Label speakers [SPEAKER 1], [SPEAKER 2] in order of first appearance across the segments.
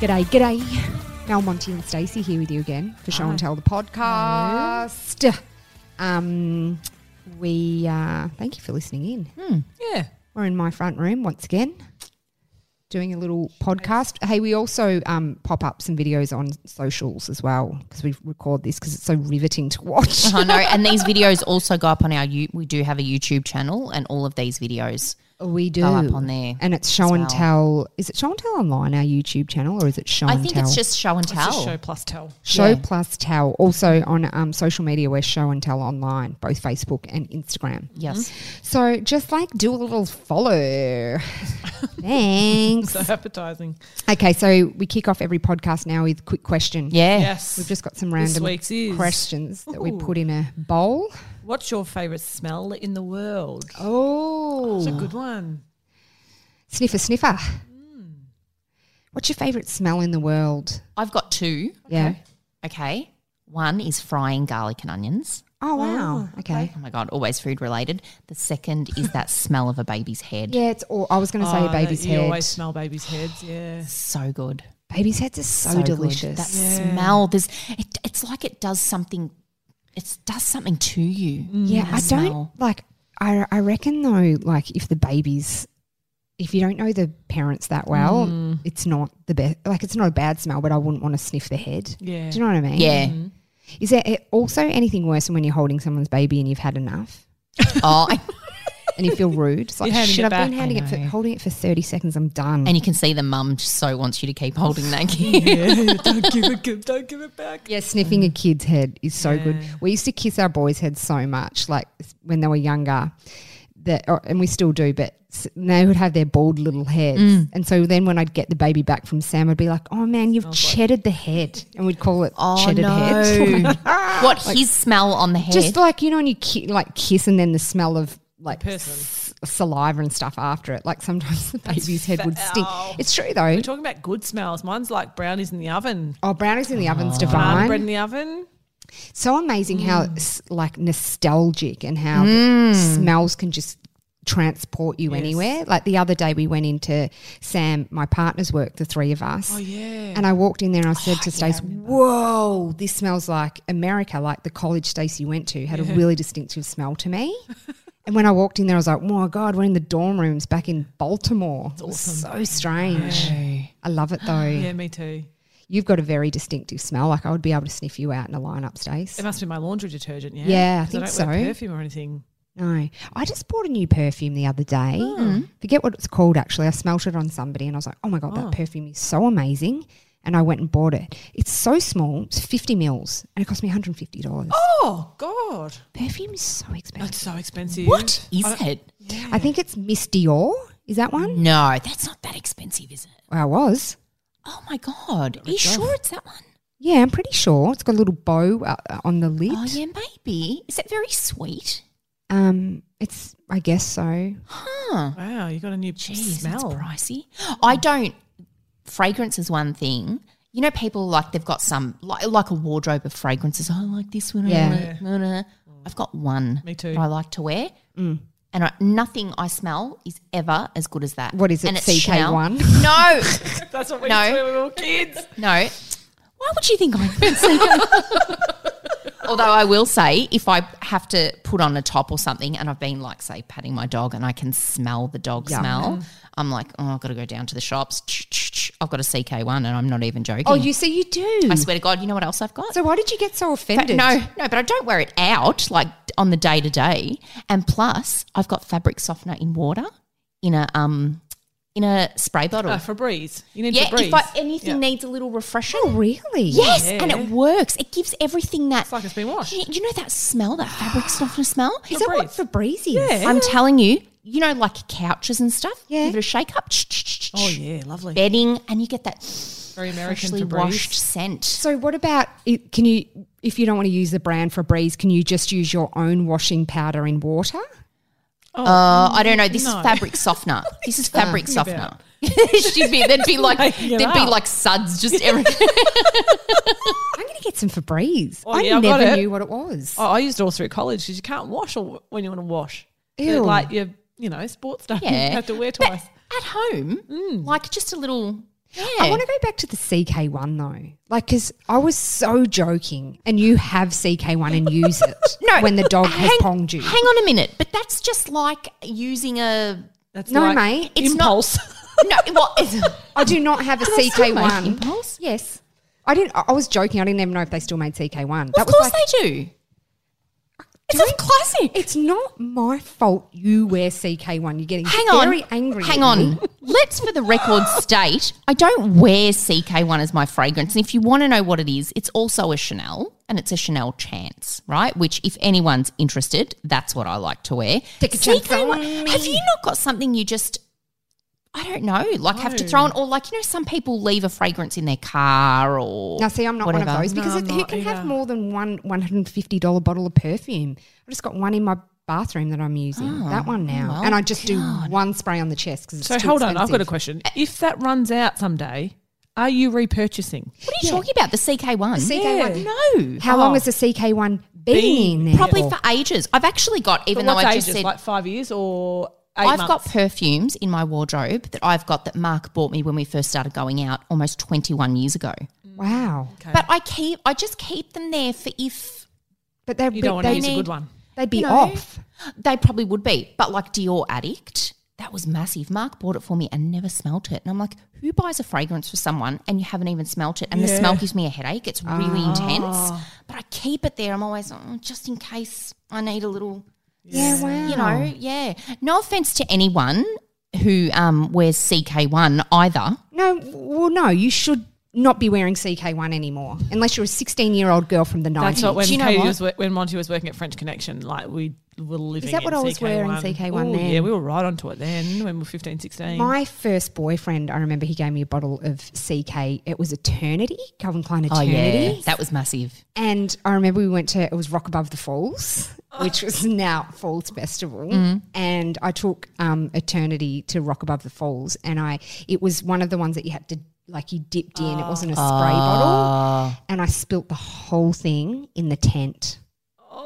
[SPEAKER 1] G'day, g'day. Mel Monty and Stacey here with you again for Show and Tell the podcast. Um, we uh, thank you for listening in.
[SPEAKER 2] Hmm.
[SPEAKER 3] Yeah.
[SPEAKER 1] We're in my front room once again, doing a little podcast. Hey, we also um, pop up some videos on socials as well because we record this because it's so riveting to watch.
[SPEAKER 2] I know. Oh, And these videos also go up on our. You- We do have a YouTube channel, and all of these videos.
[SPEAKER 1] We do
[SPEAKER 2] up on there
[SPEAKER 1] and it's Show
[SPEAKER 2] as
[SPEAKER 1] and
[SPEAKER 2] well.
[SPEAKER 1] Tell. Is it Show and Tell online our YouTube channel or is it Show
[SPEAKER 2] I
[SPEAKER 1] and
[SPEAKER 2] think
[SPEAKER 1] Tell?
[SPEAKER 2] it's just show and
[SPEAKER 3] It's
[SPEAKER 2] tell.
[SPEAKER 3] just show plus tell.
[SPEAKER 1] Show
[SPEAKER 2] Yeah.
[SPEAKER 1] plus tell. Also on um, social media, we're show and tell online, both Facebook and Instagram.
[SPEAKER 2] Yes.
[SPEAKER 1] Mm-hmm. So just like do a little follow. Thanks.
[SPEAKER 3] So appetizing.
[SPEAKER 1] Okay, so we kick off every podcast now with quick question.
[SPEAKER 2] Yeah.
[SPEAKER 3] Yes.
[SPEAKER 1] We've just got some
[SPEAKER 3] This
[SPEAKER 1] random
[SPEAKER 3] week's is.
[SPEAKER 1] questions that we
[SPEAKER 3] Ooh.
[SPEAKER 1] put in a bowl.
[SPEAKER 3] What's your favourite smell in the world? It's a
[SPEAKER 1] Oh.
[SPEAKER 3] good one.
[SPEAKER 1] Sniffer, sniffer. What's your favourite smell in the world?
[SPEAKER 2] I've got two.
[SPEAKER 1] Yeah.
[SPEAKER 2] Okay. One is frying garlic and onions.
[SPEAKER 1] Oh, wow. okay.
[SPEAKER 2] Oh my god, always food related. The second is that smell of a baby's head.
[SPEAKER 1] Yeah, it's all, I was going to say
[SPEAKER 3] Oh,
[SPEAKER 1] baby's
[SPEAKER 3] you
[SPEAKER 1] head.
[SPEAKER 3] always smell babies' heads, yeah.
[SPEAKER 2] So good.
[SPEAKER 1] baby's heads are so,
[SPEAKER 2] good.
[SPEAKER 1] delicious.
[SPEAKER 2] That
[SPEAKER 3] Yeah.
[SPEAKER 2] smell. There's it, it's like it does something it does something to you.
[SPEAKER 1] Yeah,
[SPEAKER 2] that
[SPEAKER 1] Mm. I
[SPEAKER 2] smell.
[SPEAKER 1] don't like. I I reckon though, like if the babies, if you don't know the parents that well,
[SPEAKER 3] Mm.
[SPEAKER 1] it's not the best. Like it's not a bad smell, but I wouldn't want to sniff the head.
[SPEAKER 3] Yeah.
[SPEAKER 1] Do you know what I mean?
[SPEAKER 2] Yeah.
[SPEAKER 1] Is there eh, also anything worse than when you're holding someone's baby and you've had enough
[SPEAKER 2] Oh, I-
[SPEAKER 1] and you feel rude? It's like
[SPEAKER 3] You're handing
[SPEAKER 1] shit.
[SPEAKER 3] it
[SPEAKER 1] I've
[SPEAKER 3] back."
[SPEAKER 1] been
[SPEAKER 3] I
[SPEAKER 1] handing it for
[SPEAKER 2] know.
[SPEAKER 1] holding it for thirty seconds. I'm done.
[SPEAKER 2] and you can see the mum just so wants you to keep holding that kid.
[SPEAKER 3] yeah. Don't give it give- don't give it back.
[SPEAKER 1] yeah, sniffing a kid's head is so good.
[SPEAKER 3] Yeah.
[SPEAKER 1] We used to kiss our boys' heads so much, like s- when they were younger, that or, and we still do. But s- they would have their bald little heads, and so then when I'd get the baby back from Sam, I'd be like, "Oh man, you've chedded the head," and we'd call it
[SPEAKER 2] Oh
[SPEAKER 1] cheddar head,
[SPEAKER 2] no! what his smell on Ah, the head?
[SPEAKER 1] just like you know, and you ki- like kiss, and then the smell of like
[SPEAKER 3] person.
[SPEAKER 1] s- saliva and stuff after it. Like sometimes the baby's head would stink.
[SPEAKER 3] foul.
[SPEAKER 1] It's true though.
[SPEAKER 3] We're talking about good smells. Mine's like brownies in the oven.
[SPEAKER 1] Oh, brownies in the oven's
[SPEAKER 3] Banana
[SPEAKER 1] divine.
[SPEAKER 3] bread in the oven.
[SPEAKER 1] so amazing how
[SPEAKER 3] Mm.
[SPEAKER 1] s- like nostalgic and how the smells can just transport you anywhere. Like the other day we went into Sam, my partner's work, the three of us.
[SPEAKER 3] Oh yeah. Oh,
[SPEAKER 1] And I walked in there and I said to Stacey, Whoa, this smells like America, like the college Stacey went to had a really distinctive smell to me. and when I walked in there, I was like, Oh my God, we're in the dorm rooms back in Baltimore. It was so strange. I love it though.
[SPEAKER 3] Yeah, me too.
[SPEAKER 1] You've got a very distinctive smell. Like I would be able to sniff you out in a lineup, Stace.
[SPEAKER 3] It must be my laundry detergent, yeah.
[SPEAKER 1] Yeah, I
[SPEAKER 3] 'Cause
[SPEAKER 1] think
[SPEAKER 3] don't wear
[SPEAKER 1] so.
[SPEAKER 3] perfume or anything.
[SPEAKER 1] No, I just bought a new perfume the other day.
[SPEAKER 2] Hmm.
[SPEAKER 1] Forget what it's called actually. I smelt it on somebody and I was like, oh my God, that perfume is so amazing. And I went and bought it. It's so small, it's 50 mils, and it cost me $150.
[SPEAKER 3] Oh God.
[SPEAKER 1] Perfume is so expensive.
[SPEAKER 3] It's so expensive.
[SPEAKER 2] what is it?
[SPEAKER 1] I think it's Miss Dior. Is that one?
[SPEAKER 2] No, that's not that expensive, is it?
[SPEAKER 1] Well, I was.
[SPEAKER 2] Oh my god! Are you sure it's that one?
[SPEAKER 1] Yeah, I'm pretty sure. It's got a little bow uh, uh, on the lid.
[SPEAKER 2] Oh yeah, maybe. Is it very sweet?
[SPEAKER 1] Um, It's, I guess so.
[SPEAKER 2] Huh.
[SPEAKER 3] Wow, you got a new
[SPEAKER 2] Ah, Jeez,
[SPEAKER 3] smell.
[SPEAKER 2] that's pricey. I don't. Fragrance is one thing. You know, people like they've got some like like a wardrobe of fragrances. Oh, I like this one.
[SPEAKER 1] Yeah.
[SPEAKER 2] Yeah. I've got one.
[SPEAKER 3] Me too.
[SPEAKER 2] That I like to wear. And I, nothing I smell is ever as good as that.
[SPEAKER 1] What is it,
[SPEAKER 2] And it's
[SPEAKER 1] CK1?
[SPEAKER 2] Chanel. No,
[SPEAKER 3] That's what we
[SPEAKER 2] No.
[SPEAKER 3] used to do when we were kids.
[SPEAKER 2] no. Why would you think I? Although I will say, if I have to put on a top or something, and I've been like, say, patting my dog, and I can smell the dog
[SPEAKER 1] Yeah.
[SPEAKER 2] smell, I'm like, oh, I've got to go down to the shops. I've got a CK one, and I'm not even joking.
[SPEAKER 1] Oh, you see, you do.
[SPEAKER 2] I swear to God, you know what else I've got?
[SPEAKER 1] so why did you get so
[SPEAKER 2] But
[SPEAKER 1] offended?
[SPEAKER 2] no, no, but I don't wear it out like on the day to day. And plus, I've got fabric softener in water in a um in a spray bottle.
[SPEAKER 3] Uh, Febreze. You need
[SPEAKER 2] yeah,
[SPEAKER 3] Febreze.
[SPEAKER 2] if I, anything
[SPEAKER 3] Yeah.
[SPEAKER 2] needs a little refreshing.
[SPEAKER 1] Oh, really?
[SPEAKER 2] Yes,
[SPEAKER 3] Yeah.
[SPEAKER 2] and it works. It gives everything that.
[SPEAKER 3] It's like it's been washed.
[SPEAKER 2] You, you know that smell, that fabric softener smell.
[SPEAKER 1] Is that what Febreze is?
[SPEAKER 3] Yeah.
[SPEAKER 2] I'm telling you, you know, like couches and stuff.
[SPEAKER 1] Yeah.
[SPEAKER 2] give it a shake up.
[SPEAKER 3] Oh yeah, lovely.
[SPEAKER 2] bedding, and you get that
[SPEAKER 3] Very American
[SPEAKER 2] freshly
[SPEAKER 3] Febreze.
[SPEAKER 2] washed scent.
[SPEAKER 1] So what about it, can you if you don't want to use the brand Febreze, can you just use your own washing powder in water?
[SPEAKER 2] Uh, I don't know. This
[SPEAKER 3] No.
[SPEAKER 2] is fabric softener. This is fabric
[SPEAKER 3] Think
[SPEAKER 2] softener.
[SPEAKER 3] about
[SPEAKER 2] She'd be, there'd be like
[SPEAKER 3] Making it
[SPEAKER 2] there'd be
[SPEAKER 3] up.
[SPEAKER 2] like suds just everything.
[SPEAKER 1] I'm going to get some Febreze.
[SPEAKER 3] Oh,
[SPEAKER 1] I
[SPEAKER 3] yeah, I've got
[SPEAKER 1] never
[SPEAKER 3] it.
[SPEAKER 1] knew what it was.
[SPEAKER 3] Oh, I used it all through college because you can't wash all, when you want to wash. You're
[SPEAKER 1] Ew.
[SPEAKER 3] Like your, you know, sports stuff. You
[SPEAKER 2] Yeah.
[SPEAKER 3] have to wear
[SPEAKER 2] But
[SPEAKER 3] twice.
[SPEAKER 2] Mm. At home, like just a little
[SPEAKER 1] I want to go back to the CK1 though. Like, because I was so joking, and you have CK1 and use it
[SPEAKER 2] No,
[SPEAKER 1] when the dog has ponged you.
[SPEAKER 2] Hang on a minute, but that's just like using a
[SPEAKER 3] That's
[SPEAKER 1] No,
[SPEAKER 3] like
[SPEAKER 1] mate,
[SPEAKER 2] it's not-
[SPEAKER 3] impulse.
[SPEAKER 2] no. What is
[SPEAKER 1] I do not have a CK1.
[SPEAKER 2] impulse?
[SPEAKER 1] Yes. I didn't. I I was joking. I didn't even know if they still made CK1.
[SPEAKER 2] Of course they do. It's a classic.
[SPEAKER 1] It's not my fault you wear CK1. You're getting
[SPEAKER 2] Hang on.
[SPEAKER 1] very angry. at
[SPEAKER 2] Hang
[SPEAKER 1] me.
[SPEAKER 2] on. Let's, for the record, state I don't wear CK1 as my fragrance. And if you want to know what it is, it's also a Chanel and it's a Chanel Chance, right? Which, if anyone's interested, that's what I like to wear.
[SPEAKER 1] Take a chance on
[SPEAKER 2] CK1 Have you not got something you just. I don't know, like have to
[SPEAKER 3] No.
[SPEAKER 2] throw on, or like you know, some people leave a fragrance in their car, or
[SPEAKER 1] Now, see, I'm not one
[SPEAKER 2] whatever.
[SPEAKER 1] of those because
[SPEAKER 3] No,
[SPEAKER 1] it,
[SPEAKER 3] I'm
[SPEAKER 1] who
[SPEAKER 3] not
[SPEAKER 1] can have
[SPEAKER 3] either.
[SPEAKER 1] more than one $150 bottle of perfume? I've just got one in my bathroom that I'm using.
[SPEAKER 2] Ah,
[SPEAKER 1] that one now. and I just do one spray on the chest because it's
[SPEAKER 3] so
[SPEAKER 1] too
[SPEAKER 3] hold on, I've got a
[SPEAKER 1] expensive.
[SPEAKER 3] question. If that runs out someday, are you repurchasing?
[SPEAKER 2] What are you talking about? The CK1?
[SPEAKER 1] The
[SPEAKER 3] Yeah.
[SPEAKER 2] No.
[SPEAKER 1] How
[SPEAKER 3] Oh.
[SPEAKER 1] long has the CK1 been, in there?
[SPEAKER 2] Probably
[SPEAKER 1] for?
[SPEAKER 2] for ages. I've actually got, even
[SPEAKER 3] But
[SPEAKER 2] though
[SPEAKER 3] what's
[SPEAKER 2] I
[SPEAKER 3] ages?
[SPEAKER 2] just said,
[SPEAKER 3] like five years or 8
[SPEAKER 2] I've got
[SPEAKER 3] months?
[SPEAKER 2] perfumes in my wardrobe that I've got that Mark bought me when we first started going out almost 21 years ago.
[SPEAKER 1] Wow.
[SPEAKER 2] But I keep, I just keep them there for if
[SPEAKER 1] But they'd
[SPEAKER 3] You
[SPEAKER 1] be,
[SPEAKER 3] don't want to
[SPEAKER 1] they
[SPEAKER 3] use a
[SPEAKER 1] need,
[SPEAKER 3] good one.
[SPEAKER 1] they'd be
[SPEAKER 2] you know,
[SPEAKER 1] off.
[SPEAKER 2] They probably would be. But like Dior Addict, that was massive. Mark bought it for me and never smelt it. And I'm like, who buys a fragrance for someone and you haven't even smelt it? And the smell gives me a headache. It's really intense.
[SPEAKER 1] Ah.
[SPEAKER 2] But I keep it there. I'm always, oh, just in case I need a little
[SPEAKER 1] Yeah, wow.
[SPEAKER 2] you know, yeah. No offense to anyone who um, wears CK1 either.
[SPEAKER 1] No, well, no, you should not be wearing CK1 anymore unless you're a 16 year old girl from the 90s.
[SPEAKER 3] That's what when
[SPEAKER 2] Do you know
[SPEAKER 3] Katie
[SPEAKER 2] what?
[SPEAKER 3] was wo- when Monty was working at French Connection, like we were living.
[SPEAKER 1] that what
[SPEAKER 3] in
[SPEAKER 1] I was wearing, CK1
[SPEAKER 3] Ooh,
[SPEAKER 1] then?
[SPEAKER 3] Yeah, we were right onto it then when we were 15, 16.
[SPEAKER 1] My first boyfriend, I remember he gave me a bottle of CK. It was Eternity, Calvin Klein
[SPEAKER 2] Oh,
[SPEAKER 1] Eternity.
[SPEAKER 2] yeah. That was massive.
[SPEAKER 1] And I remember we went to, it was Rock Above the Falls, which was now Falls Festival. And I took um, Eternity to Rock Above the Falls. And I, it was one of the ones that you had to, like you dipped in. It wasn't a spray bottle. And I spilt the whole thing in the tent.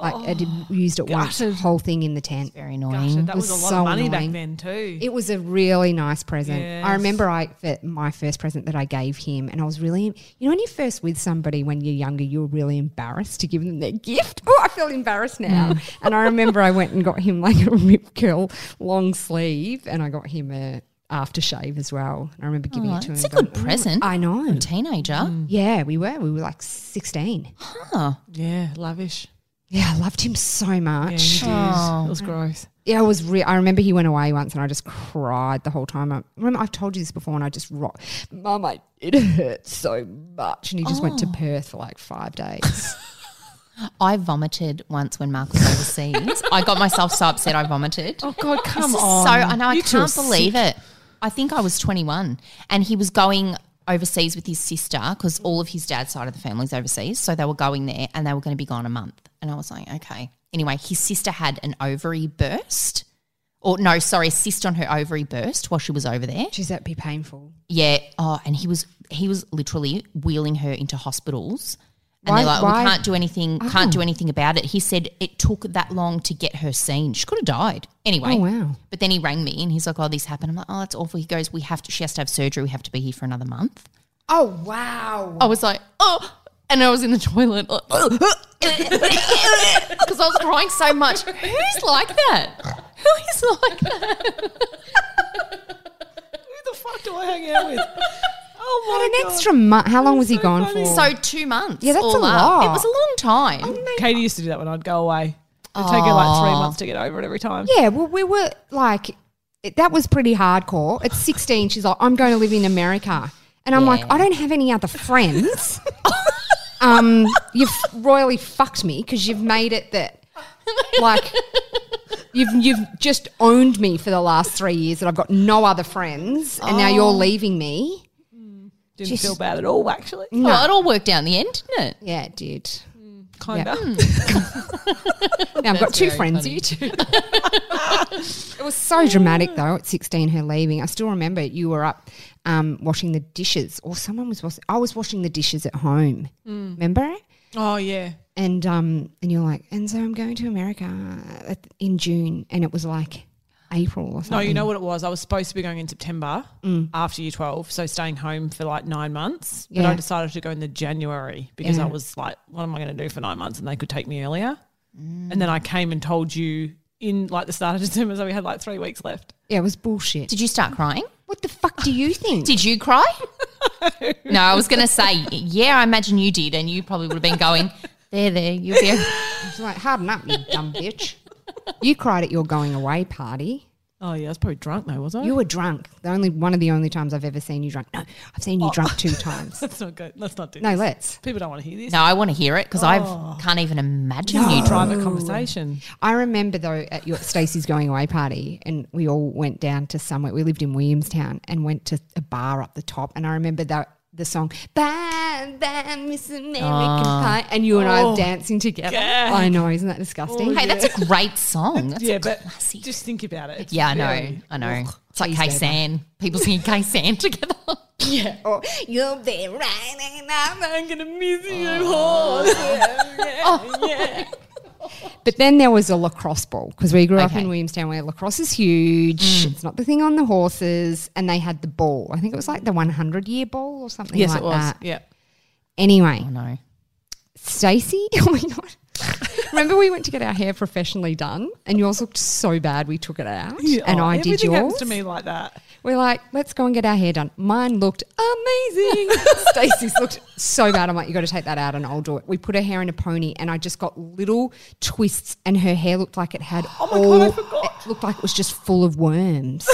[SPEAKER 1] Like I did, used it
[SPEAKER 3] gutted.
[SPEAKER 1] once, whole thing in the tent.
[SPEAKER 2] Very
[SPEAKER 3] Gosh,
[SPEAKER 2] annoying.
[SPEAKER 3] that was,
[SPEAKER 1] was
[SPEAKER 3] a lot
[SPEAKER 1] so
[SPEAKER 3] of money
[SPEAKER 1] annoying.
[SPEAKER 3] back then too.
[SPEAKER 1] It was a really nice present. I
[SPEAKER 3] Yes.
[SPEAKER 1] remember I for my first present that I gave him, and I was really, you know, when you're first with somebody when you're younger, you're really embarrassed to give them their gift. Oh, I feel embarrassed now.
[SPEAKER 2] Mm.
[SPEAKER 1] and I remember I went and got him like a rip curl long sleeve, and I got him a aftershave as well. And I remember giving
[SPEAKER 2] Oh,
[SPEAKER 1] it to
[SPEAKER 2] it's
[SPEAKER 1] him.
[SPEAKER 2] a good
[SPEAKER 1] going, "Oh."
[SPEAKER 2] present.
[SPEAKER 1] I Mm. know.
[SPEAKER 2] Teenager.
[SPEAKER 1] Yeah, we were. We were like 16.
[SPEAKER 2] Huh.
[SPEAKER 3] yeah, lavish.
[SPEAKER 1] Yeah, I loved him so
[SPEAKER 3] Yeah,
[SPEAKER 1] much.
[SPEAKER 3] it,
[SPEAKER 2] Oh.
[SPEAKER 3] is. it was gross.
[SPEAKER 1] Yeah, I was. Re- I remember he went away once, and I just cried the whole time. I remember I've told you this before, and I just rocked. Mum, I, it hurt so much, and he just went to Perth for like five days.
[SPEAKER 2] I vomited once when Mark was overseas. I got myself so upset I vomited.
[SPEAKER 3] Oh God, come
[SPEAKER 2] This is
[SPEAKER 3] on.
[SPEAKER 2] So I know I
[SPEAKER 3] You two are
[SPEAKER 2] can't believe it. I think I was 21, and he was going overseas with his sister because all of his dad's side of the family's overseas. So they were going there, and they were going to be gone a month. And I was like, okay. Anyway, his sister had an ovary burst, or no, sorry, a cyst on her ovary burst while she was over there.
[SPEAKER 1] Jeez, that'd be painful.
[SPEAKER 2] Yeah. Oh, and he was he was literally wheeling her into hospitals. And
[SPEAKER 1] Why-
[SPEAKER 2] they're like,
[SPEAKER 1] why- Oh.
[SPEAKER 2] we can't do anything, can't do anything about it. He said it took that long to get her seen. She could have died. Anyway.
[SPEAKER 1] Oh, wow.
[SPEAKER 2] But then he rang me and he's like, Oh, this happened. I'm like, Oh, that's awful. He goes, We have to she has to have surgery, we have to be here for another month.
[SPEAKER 1] Oh wow!
[SPEAKER 2] I was like, oh, and I was in the toilet like, because I was crying so much. Who's like that? Who is like that?
[SPEAKER 3] Who the fuck do I hang out with? Oh
[SPEAKER 1] An
[SPEAKER 3] my
[SPEAKER 1] extra month. How long was he gone
[SPEAKER 3] funny.
[SPEAKER 1] for?
[SPEAKER 2] So two months.
[SPEAKER 1] Yeah, that's
[SPEAKER 2] all
[SPEAKER 1] a
[SPEAKER 2] up. It
[SPEAKER 1] lot.
[SPEAKER 2] was a long time.
[SPEAKER 3] God. Katie used to do that when I'd go away. It'd take her like three months to get over it every time.
[SPEAKER 1] yeah, well, we were like, it, that was pretty hardcore. At sixteen, she's like, "I'm going to live in America," and I'm like,
[SPEAKER 2] Yeah.
[SPEAKER 1] "I don't have any other friends." um, you've royally fucked me because you've made it that like you've you've just owned me for the last three years that I've got no other friends, and now you're leaving me.
[SPEAKER 3] Didn't feel bad at all, actually.
[SPEAKER 2] Well, Oh, it all worked out in the end, didn't it?
[SPEAKER 1] Yeah, dude.
[SPEAKER 3] Kinda.
[SPEAKER 1] Now I've got two friends. You two. it was so dramatic though. At sixteen, her leaving. I still remember you were up um, washing the dishes, or someone was washing. I was washing the dishes at home.
[SPEAKER 3] Mm.
[SPEAKER 1] Remember?
[SPEAKER 3] Oh yeah.
[SPEAKER 1] uh, And um, Mm. and you're like, and so I'm going to America at- in June, and it was like April or something.
[SPEAKER 3] No, you know what it was? I was supposed to be going in September after year 12, so staying home for like nine months. But
[SPEAKER 1] Yeah.
[SPEAKER 3] I decided to go in the January because
[SPEAKER 1] Yeah.
[SPEAKER 3] I was like, what am I going to do for nine months? And they could take me earlier.
[SPEAKER 1] Mm.
[SPEAKER 3] And then I came and told you in like the start of December, so we had like three weeks left.
[SPEAKER 1] Yeah, it was bullshit.
[SPEAKER 2] Did you start crying?
[SPEAKER 1] what the fuck do you think?
[SPEAKER 2] Did you cry? no, I was going to say, yeah, I imagine you did, and you probably would have been going, there, there, you'll be. okay."
[SPEAKER 1] It's like, harden up, you dumb bitch. You cried at your going away party.
[SPEAKER 3] Oh, yeah, I was probably drunk though, was I?
[SPEAKER 1] You were drunk. The only one of the only times I've ever seen you drunk. No, I've seen you
[SPEAKER 3] Oh.
[SPEAKER 1] drunk two times.
[SPEAKER 3] That's not good. Let's not do
[SPEAKER 1] No,
[SPEAKER 3] this.
[SPEAKER 1] let's.
[SPEAKER 3] People don't want to hear this.
[SPEAKER 2] No, I want to hear it because
[SPEAKER 1] Oh.
[SPEAKER 2] I can't even imagine you driving.
[SPEAKER 3] Private conversation.
[SPEAKER 1] I remember though at your Stacey's going away party, and we all went down to somewhere. We lived in Williamstown and went to a bar up the top. And I remember that the song "Bye Bye Miss American Pie," and you and I were dancing together.
[SPEAKER 3] yeah.
[SPEAKER 1] I know, isn't that disgusting?
[SPEAKER 2] Hey, that's a great song. That's
[SPEAKER 3] Yeah,
[SPEAKER 2] a
[SPEAKER 3] but
[SPEAKER 2] classic.
[SPEAKER 3] just think about it. It's
[SPEAKER 2] yeah, I know.
[SPEAKER 3] very-
[SPEAKER 2] I know.
[SPEAKER 1] Ugh,
[SPEAKER 2] It's like
[SPEAKER 1] please
[SPEAKER 2] K
[SPEAKER 1] don't.
[SPEAKER 2] San. People singing K San together.
[SPEAKER 1] Or, you'll be right, and I'm not gonna miss you. Oh. But then there was a lacrosse ball because we grew up
[SPEAKER 2] Okay.
[SPEAKER 1] in Williamstown where lacrosse is huge. It's not the thing on the horses. And they had the ball. I think it was like the 100 year ball or something
[SPEAKER 3] Yes,
[SPEAKER 1] like
[SPEAKER 3] it was.
[SPEAKER 1] that.
[SPEAKER 3] Yeah.
[SPEAKER 1] Anyway,
[SPEAKER 2] I know.
[SPEAKER 1] Stacey, oh my God. Remember we went to get our hair professionally done and yours looked so bad we took it out and
[SPEAKER 3] Oh,
[SPEAKER 1] I did
[SPEAKER 3] everything
[SPEAKER 1] yours.
[SPEAKER 3] happens to me like that.
[SPEAKER 1] We're like, let's go and get our hair done. Mine looked amazing. Stacey's looked so bad. I'm like, you got to take that out and I'll do it. We put her hair in a pony and I just got little twists and her hair looked like it had
[SPEAKER 3] Oh my
[SPEAKER 1] all,
[SPEAKER 3] God, I forgot.
[SPEAKER 1] It looked like it was just full of worms.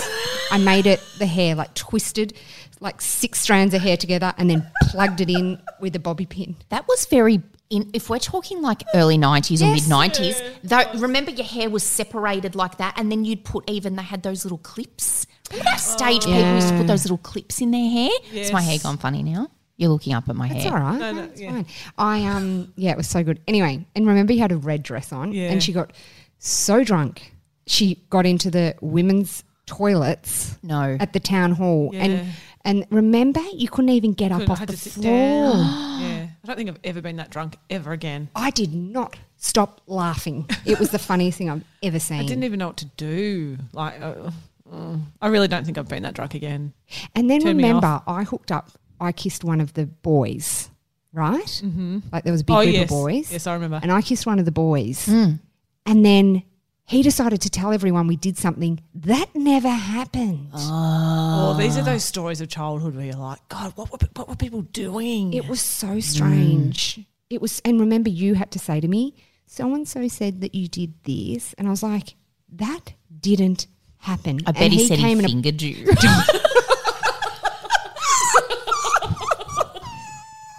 [SPEAKER 1] I made it the hair like twisted, like six strands of hair together and then plugged it in with a bobby pin.
[SPEAKER 2] That was very. In, if we're talking like early nineties or
[SPEAKER 1] Yes.
[SPEAKER 2] mid nineties, though, remember your hair was separated like that, and then you'd put even they had those little clips. Remember that stage people used to
[SPEAKER 1] Oh.
[SPEAKER 2] put
[SPEAKER 1] Yeah.
[SPEAKER 2] those little clips in their hair. Is my hair
[SPEAKER 3] Yes.
[SPEAKER 2] gone funny now? You're looking up at my
[SPEAKER 1] It's
[SPEAKER 2] hair.
[SPEAKER 1] all right.
[SPEAKER 3] No, no,
[SPEAKER 1] it's
[SPEAKER 3] yeah.
[SPEAKER 1] fine. I um yeah, it was so good. Anyway, and remember you had a red dress on
[SPEAKER 3] Yeah.
[SPEAKER 1] and she got so drunk. She got into the women's toilets
[SPEAKER 2] No,
[SPEAKER 1] at the town hall and and remember you couldn't even get up
[SPEAKER 3] Couldn't-
[SPEAKER 1] off
[SPEAKER 3] had
[SPEAKER 1] the
[SPEAKER 3] to sit
[SPEAKER 1] floor.
[SPEAKER 3] down. yeah. I don't think I've ever been that drunk ever again.
[SPEAKER 1] I did not stop laughing. It was the funniest thing I've ever seen.
[SPEAKER 3] I didn't even know what to do. Like, uh, uh, I really don't think I've been that drunk again.
[SPEAKER 1] And then
[SPEAKER 3] Turn me
[SPEAKER 1] remember, I hooked up. I kissed one of the boys, right? Mm-hmm. Like there was a big
[SPEAKER 3] oh
[SPEAKER 1] group
[SPEAKER 3] yes,
[SPEAKER 1] of boys.
[SPEAKER 3] yes, I remember.
[SPEAKER 1] and I kissed one of the boys.
[SPEAKER 2] Mm.
[SPEAKER 1] And then he decided to tell everyone we did something that never happened.
[SPEAKER 3] oh, these are
[SPEAKER 1] Ah.
[SPEAKER 3] those stories of childhood where you're like, God, what were, pe- what were people doing?
[SPEAKER 1] It was so strange.
[SPEAKER 2] Mm.
[SPEAKER 1] It was, and remember, you had to say to me, so and so said that you did this. And I was like, that didn't happen.
[SPEAKER 2] I bet
[SPEAKER 1] and
[SPEAKER 2] he, said he
[SPEAKER 1] and
[SPEAKER 2] fingered you.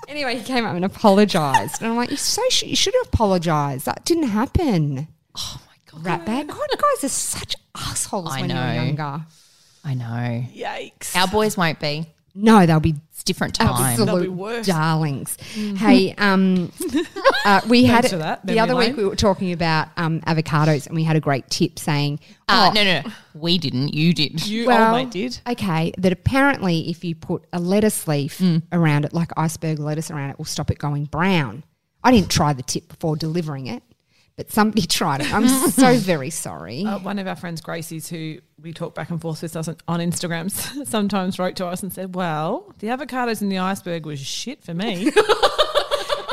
[SPEAKER 1] anyway, he came up and apologized. and I'm like, you, so sh- you should have apologized. That didn't happen. Oh my God. Ratbag. God, guys are such assholes
[SPEAKER 2] I
[SPEAKER 1] when you're
[SPEAKER 2] know.
[SPEAKER 1] younger.
[SPEAKER 2] I know.
[SPEAKER 3] Yikes.
[SPEAKER 2] Our boys won't be.
[SPEAKER 1] No, they'll be
[SPEAKER 2] It's different time.
[SPEAKER 3] That'd be
[SPEAKER 1] absolute
[SPEAKER 3] worse. Mm.
[SPEAKER 1] darlings. Hey, um, uh, we had
[SPEAKER 3] for that,
[SPEAKER 1] the
[SPEAKER 3] Mary
[SPEAKER 1] other
[SPEAKER 3] Lane.
[SPEAKER 1] week we were talking about um, avocados, and we had a great tip saying,
[SPEAKER 2] Uh,
[SPEAKER 1] oh,
[SPEAKER 2] no, no, no, we didn't. You did.
[SPEAKER 3] you
[SPEAKER 1] well,
[SPEAKER 3] old mate did.
[SPEAKER 1] Okay, that apparently if you put a lettuce leaf
[SPEAKER 3] Mm.
[SPEAKER 1] around it, like iceberg lettuce around it, will stop it going brown. I didn't try the tip before delivering it, but somebody tried it. I'm so very sorry.
[SPEAKER 3] Uh, one of our friends, Gracie's, who we talk back and forth with us on, on Instagram, sometimes wrote to us and said, Well, the avocados in the iceberg was shit for me.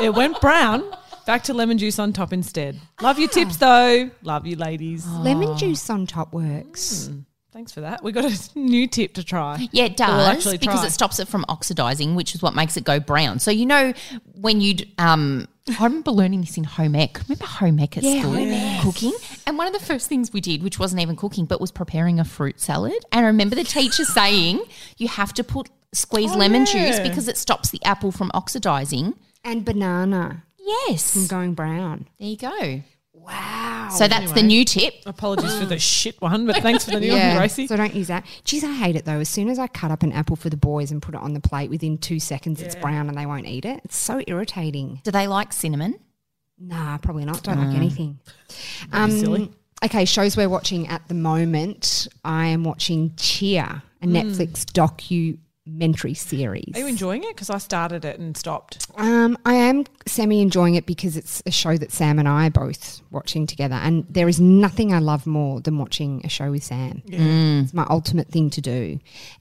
[SPEAKER 3] it went brown. Back to lemon juice on top instead. Love your tips though. Love you, ladies.
[SPEAKER 1] Lemon juice on top works.
[SPEAKER 3] Mm. Thanks for that. We got a new tip to try.
[SPEAKER 2] Yeah, it
[SPEAKER 3] That we'll
[SPEAKER 2] does
[SPEAKER 3] actually
[SPEAKER 2] because
[SPEAKER 3] try.
[SPEAKER 2] it stops it from oxidizing, which is what makes it go brown. So you know when you'd um, I remember learning this in home ec. Remember home ec at
[SPEAKER 1] Yeah,
[SPEAKER 2] school
[SPEAKER 1] home
[SPEAKER 2] cooking, and one of the first things we did, which wasn't even cooking, but was preparing a fruit salad. And I remember the teacher saying you have to put squeeze
[SPEAKER 3] Oh,
[SPEAKER 2] lemon
[SPEAKER 3] yeah.
[SPEAKER 2] juice because it stops the apple from oxidizing.
[SPEAKER 1] And banana
[SPEAKER 2] Yes,
[SPEAKER 1] going brown.
[SPEAKER 2] there you go.
[SPEAKER 1] Wow.
[SPEAKER 2] So that's the new tip.
[SPEAKER 3] Apologies for the shit one, but thanks for the new one,
[SPEAKER 1] Yeah,
[SPEAKER 3] Gracie.
[SPEAKER 1] so don't use that. Geez, I hate it though. As soon as I cut up an apple for the boys and put it on the plate, within two seconds it's brown and they won't eat it. It's so irritating.
[SPEAKER 2] Do they like cinnamon?
[SPEAKER 1] Nah, probably not. Don't like anything. Um,
[SPEAKER 3] silly.
[SPEAKER 1] Okay, shows we're watching at the moment. I am watching Cheer, a Netflix docu documentary series.
[SPEAKER 3] Are you enjoying it? Because I started it and stopped.
[SPEAKER 1] Um, I am semi enjoying it because it's a show that Sam and I are both watching together, and there is nothing I love more than watching a show with Sam.
[SPEAKER 3] Mm.
[SPEAKER 1] It's my ultimate thing to do.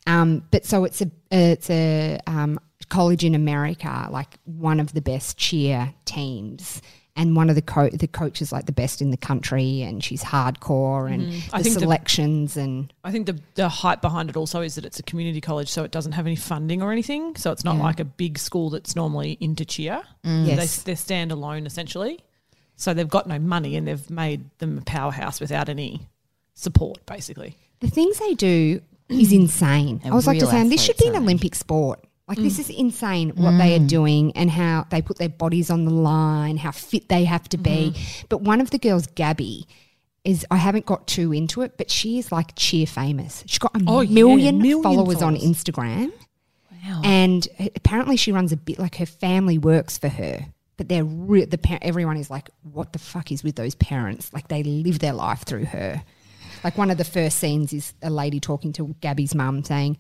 [SPEAKER 1] Um, but so it's a it's a um, college in America, like one of the best cheer teams. And one of the co- the coaches like the best in the country, and she's hardcore, and
[SPEAKER 3] Mm. I
[SPEAKER 1] the
[SPEAKER 3] think the-
[SPEAKER 1] selections and
[SPEAKER 3] I think the the hype behind it also is that it's a community college, so it doesn't have any funding or anything. So it's not like a big school that's normally into cheer.
[SPEAKER 2] Mm.
[SPEAKER 1] yes,
[SPEAKER 3] They, they're standalone essentially. So they've got no money and they've made them a powerhouse without any support, basically.
[SPEAKER 1] the things they do is
[SPEAKER 3] Mm.
[SPEAKER 1] insane.
[SPEAKER 2] They're
[SPEAKER 1] I was like to
[SPEAKER 2] real
[SPEAKER 1] say, this should be an
[SPEAKER 2] athletes, aren't they?
[SPEAKER 1] Olympic sport. Like
[SPEAKER 3] Mm.
[SPEAKER 1] this is insane what they are doing and how they put their bodies on the line, how fit they have to be.
[SPEAKER 3] Mm-hmm.
[SPEAKER 1] But one of the girls, Gabby, is I haven't got too into it, but she is like cheer famous. She's got a
[SPEAKER 3] Oh, yeah,
[SPEAKER 1] million,
[SPEAKER 3] million
[SPEAKER 1] followers on
[SPEAKER 3] followers.
[SPEAKER 1] Instagram.
[SPEAKER 2] Wow.
[SPEAKER 1] And apparently, she runs a bit like her family works for her. But they're re- the par- everyone is like, what the fuck is with those parents? Like they live their life through her. Like one of the first scenes is a lady talking to Gabby's mum saying,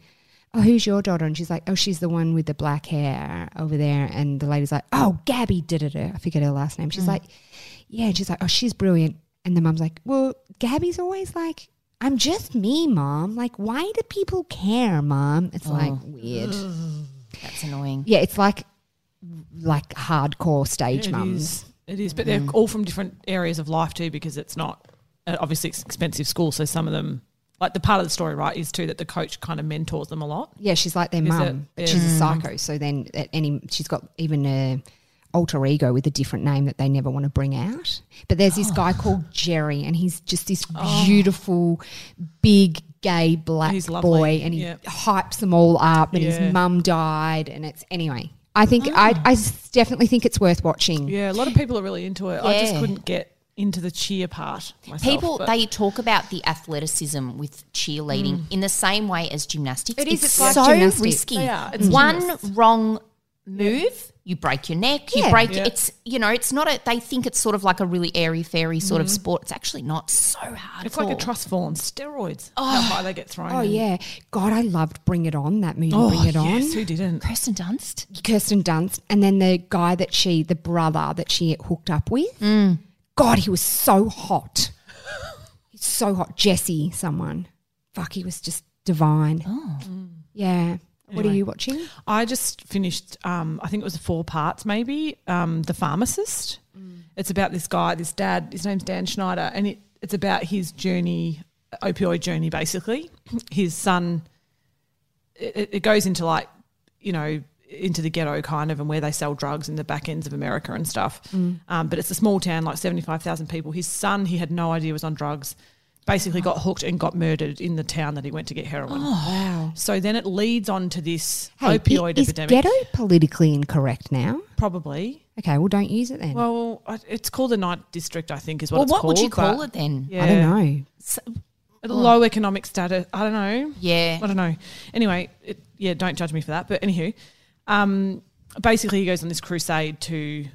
[SPEAKER 1] "Oh, who's your daughter?" And she's like, "Oh, she's the one with the black hair over there." And the lady's like, "Oh, Gabby did it." I forget her last name. She's like, "Yeah," and she's like, "Oh, she's brilliant." And the mum's like, "Well, Gabby's always like." I'm just me, mom. Like, why do people care, mom? It's like weird.
[SPEAKER 2] That's annoying.
[SPEAKER 1] Yeah, it's like like hardcore stage
[SPEAKER 3] It
[SPEAKER 1] mums.
[SPEAKER 3] is. It is, but
[SPEAKER 2] Mm.
[SPEAKER 3] they're all from different areas of life too, because it's not uh, obviously it's an expensive school. So some of them, like the part of the story, right, is too that the coach kind of mentors them a lot.
[SPEAKER 1] Yeah, she's like their
[SPEAKER 3] Is it-
[SPEAKER 1] mum, but she's a
[SPEAKER 3] yeah.
[SPEAKER 1] psycho. So then, at any she's got even a alter ego with a different name that they never want to bring out. But there's this
[SPEAKER 3] Oh.
[SPEAKER 1] guy called Jerry, and he's just this beautiful, big gay black
[SPEAKER 3] He's lovely,
[SPEAKER 1] boy, and he
[SPEAKER 3] yeah.
[SPEAKER 1] hypes them all up. And
[SPEAKER 3] Yeah. Oh.
[SPEAKER 1] his mum died, and it's anyway. I think I, I s- definitely think it's worth watching.
[SPEAKER 3] Yeah, a lot of people are really into it. I just
[SPEAKER 2] Yeah.
[SPEAKER 3] couldn't get into the cheer part myself.
[SPEAKER 2] People
[SPEAKER 3] but-
[SPEAKER 2] they talk about the athleticism with cheerleading
[SPEAKER 3] Mm.
[SPEAKER 2] in the same way as gymnastics.
[SPEAKER 1] It is,
[SPEAKER 2] It's
[SPEAKER 1] it's like
[SPEAKER 2] so
[SPEAKER 1] gymnastics.
[SPEAKER 2] risky.
[SPEAKER 3] They are, it's
[SPEAKER 2] One
[SPEAKER 3] gymnasts.
[SPEAKER 2] wrong move, you break your neck. You
[SPEAKER 1] Yeah.
[SPEAKER 2] break
[SPEAKER 3] Yeah.
[SPEAKER 2] it's you know it's not a. They think it's sort of like a really airy fairy sort of sport. It's actually not so hard.
[SPEAKER 3] Mm-hmm. it's
[SPEAKER 2] at
[SPEAKER 3] like a
[SPEAKER 2] all.
[SPEAKER 3] trust fall on steroids. How high they get thrown.
[SPEAKER 1] Oh
[SPEAKER 3] and-
[SPEAKER 1] yeah, God, I loved Bring It On that movie. Bring It On.
[SPEAKER 3] Oh, Yes, who didn't?
[SPEAKER 2] Kirsten Dunst.
[SPEAKER 1] Kirsten Dunst, and then the guy that she, the brother that she hooked up with. God, he was so hot. He's so hot. Jesse, someone. Fuck, he was just divine.
[SPEAKER 2] Oh.
[SPEAKER 1] Yeah. What are
[SPEAKER 3] Anyway.
[SPEAKER 1] you watching?
[SPEAKER 3] I just finished. Um, I think it was four parts, maybe. Um, the pharmacist. It's about this guy, this dad. His name's Dan Schneider, and it, it's about his journey, opioid journey, basically. His son. It, it- it goes into like, you know, into the ghetto kind of, and where they sell drugs in the back ends of America and stuff. Um, but it's a small town, like seventy five thousand people. His son, he had no idea was on drugs. Basically, got hooked and got murdered in the town that he went to get heroin.
[SPEAKER 1] Wow.
[SPEAKER 3] So then it leads on to this
[SPEAKER 1] Hey,
[SPEAKER 3] opioid
[SPEAKER 1] i- is
[SPEAKER 3] epidemic.
[SPEAKER 1] ghetto politically incorrect now?
[SPEAKER 3] Probably.
[SPEAKER 1] Okay, well, don't use it then.
[SPEAKER 3] Well, I- it's called the night district, I think, is what
[SPEAKER 2] well,
[SPEAKER 3] it's
[SPEAKER 2] what
[SPEAKER 3] called.
[SPEAKER 2] would you call
[SPEAKER 3] but-
[SPEAKER 2] it then?
[SPEAKER 3] Yeah.
[SPEAKER 1] I don't know.
[SPEAKER 3] A Low economic status. I don't know.
[SPEAKER 2] Yeah.
[SPEAKER 3] I don't know. Anyway, it, yeah, don't judge me for that. But anywho, um, basically, he goes on this crusade to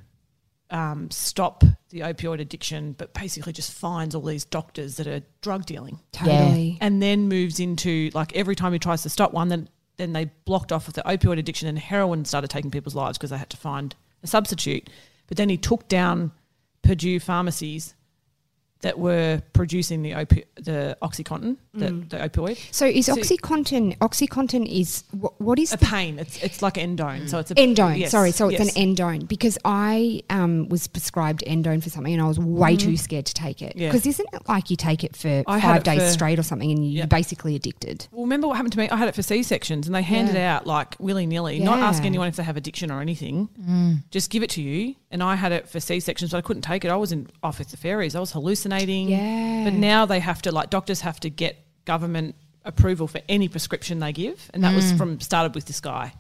[SPEAKER 3] um, stop the opioid addiction, but basically just finds all these doctors that are drug dealing.
[SPEAKER 1] Totally.
[SPEAKER 3] and then moves into like every time he tries to stop one, then then they blocked off with the opioid addiction and heroin started taking people's lives because they had to find a substitute. But then he took down Purdue pharmacies that were producing the opi- the oxycontin,
[SPEAKER 1] Mm.
[SPEAKER 3] the, the opioid.
[SPEAKER 1] So is
[SPEAKER 3] So-
[SPEAKER 1] OxyContin, OxyContin is, what, what is
[SPEAKER 3] A pain. It's it's like endone. So it's a
[SPEAKER 1] Endone,
[SPEAKER 3] yes,
[SPEAKER 1] sorry. So it's
[SPEAKER 3] yes.
[SPEAKER 1] an endone because I um, was prescribed endone for something and I was way too scared to take it.
[SPEAKER 3] Mm-hmm. Yeah.
[SPEAKER 1] Because isn't it like you take it for
[SPEAKER 3] I had
[SPEAKER 1] five
[SPEAKER 3] it
[SPEAKER 1] days
[SPEAKER 3] for-
[SPEAKER 1] straight or something and you're
[SPEAKER 3] Yeah.
[SPEAKER 1] basically addicted?
[SPEAKER 3] Well, remember what happened to me? I had it for C sections, and they handed it out like willy nilly, not
[SPEAKER 1] Yeah. Mm.
[SPEAKER 3] ask anyone if they have addiction or anything. Just give it to you. And I had it for C sections, but I couldn't take it. I was in off with the fairies. I was hallucinating.
[SPEAKER 1] Yeah.
[SPEAKER 3] But now they have to like doctors have to get government approval for any prescription they give, and that was from started with this guy.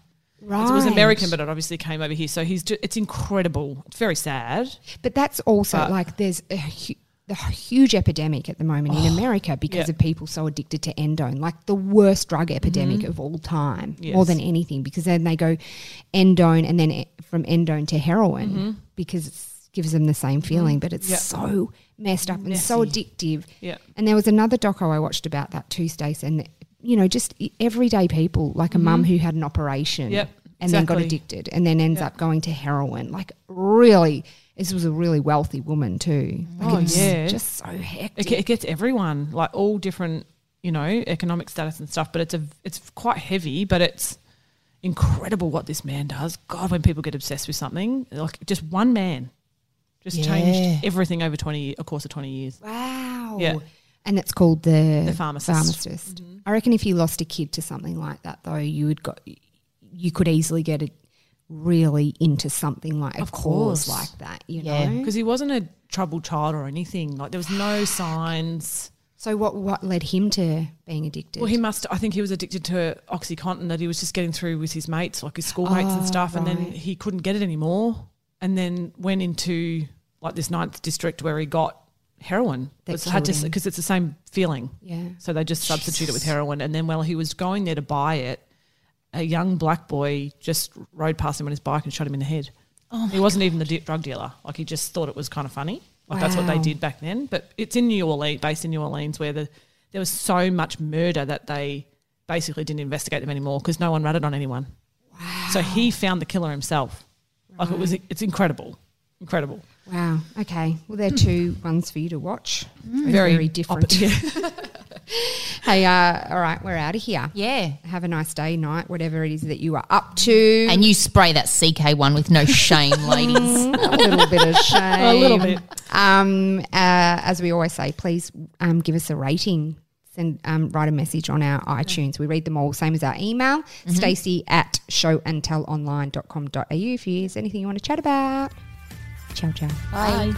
[SPEAKER 1] Mm. Right.
[SPEAKER 3] It was American, but it obviously came over here. So he's ju- it's incredible. It's very sad.
[SPEAKER 1] But that's also
[SPEAKER 3] But-
[SPEAKER 1] like there's a, hu- a huge epidemic at the moment in America because
[SPEAKER 3] Oh, yeah.
[SPEAKER 1] of people so addicted to endone, like the worst drug epidemic of all time, more
[SPEAKER 3] Mm-hmm. Yes.
[SPEAKER 1] than anything, because then they go endone and then e- from endone to heroin because it gives them the same feeling, but it's
[SPEAKER 3] Mm-hmm. Yeah.
[SPEAKER 1] so messed up and so addictive.
[SPEAKER 3] Yeah.
[SPEAKER 1] And there was another doco I watched about that too, Stace, and you know, just i- everyday people, like a mum who had an operation
[SPEAKER 3] Mm-hmm. Yep,
[SPEAKER 1] and then got
[SPEAKER 3] exactly.
[SPEAKER 1] addicted and then ends up going to heroin. Like, really, this was a really wealthy woman, too. Like,
[SPEAKER 3] Oh,
[SPEAKER 1] it was
[SPEAKER 3] yeah.
[SPEAKER 1] just so hectic.
[SPEAKER 3] It, ge- it gets everyone, like all different, you know, economic status and stuff. But it's a, it's quite heavy, but it's incredible what this man does. God, when people get obsessed with something, like just one man, just
[SPEAKER 2] Yeah.
[SPEAKER 3] changed everything over twenty, a course of twenty years.
[SPEAKER 1] Wow.
[SPEAKER 3] Yeah.
[SPEAKER 1] And it's called the,
[SPEAKER 3] The pharmacist. Mm-hmm.
[SPEAKER 1] pharmacist. I reckon if you lost a kid to something like that, though, you would got you could easily get it really into something like
[SPEAKER 3] Of
[SPEAKER 1] a cause
[SPEAKER 3] course.
[SPEAKER 1] like that, you
[SPEAKER 2] Yeah.
[SPEAKER 1] know.
[SPEAKER 3] Because he wasn't a troubled child or anything. Like there was no signs.
[SPEAKER 1] So what what led him to being addicted?
[SPEAKER 3] Well, he must. I think he was addicted to OxyContin that he was just getting through with his mates, like his schoolmates
[SPEAKER 1] Oh,
[SPEAKER 3] and stuff. And then
[SPEAKER 1] right.
[SPEAKER 3] he couldn't get it anymore. And then went into like this ninth district where he got heroin.
[SPEAKER 1] That
[SPEAKER 3] It's had
[SPEAKER 1] killed
[SPEAKER 3] to
[SPEAKER 1] him.
[SPEAKER 3] because it's the same feeling.
[SPEAKER 1] yeah.
[SPEAKER 3] So they just substitute it with heroin. And then while he was going there to buy it, a young black boy just rode past him on his bike and shot him in the head.
[SPEAKER 1] Oh
[SPEAKER 3] he wasn't even the di- drug dealer. Like he just thought it was kind of funny. Like that's what they
[SPEAKER 1] Wow.
[SPEAKER 3] did back then. But it's in New Orleans, based in New Orleans, where the, there was so much murder that they basically didn't investigate them anymore because no one ratted on anyone. Wow. So he found the killer himself. Like it was, it's incredible, incredible.
[SPEAKER 1] Wow. Okay. Well, they're two ones for you to watch. Very, different.
[SPEAKER 3] oppo- yeah.
[SPEAKER 1] Hey, uh, all right, we're out of here.
[SPEAKER 2] Yeah.
[SPEAKER 1] Have a nice day, night, whatever it is that you are up to.
[SPEAKER 2] And you spray that CK one with no shame, ladies.
[SPEAKER 1] a little bit of shame.
[SPEAKER 3] A little bit.
[SPEAKER 1] Um, uh, as we always say, please um, give us a rating. Send um, write a message on our iTunes. We read them all, same as our email, Stacey at showandtellonline.com.au. If there's anything you want to chat about, ciao, ciao.
[SPEAKER 2] Bye.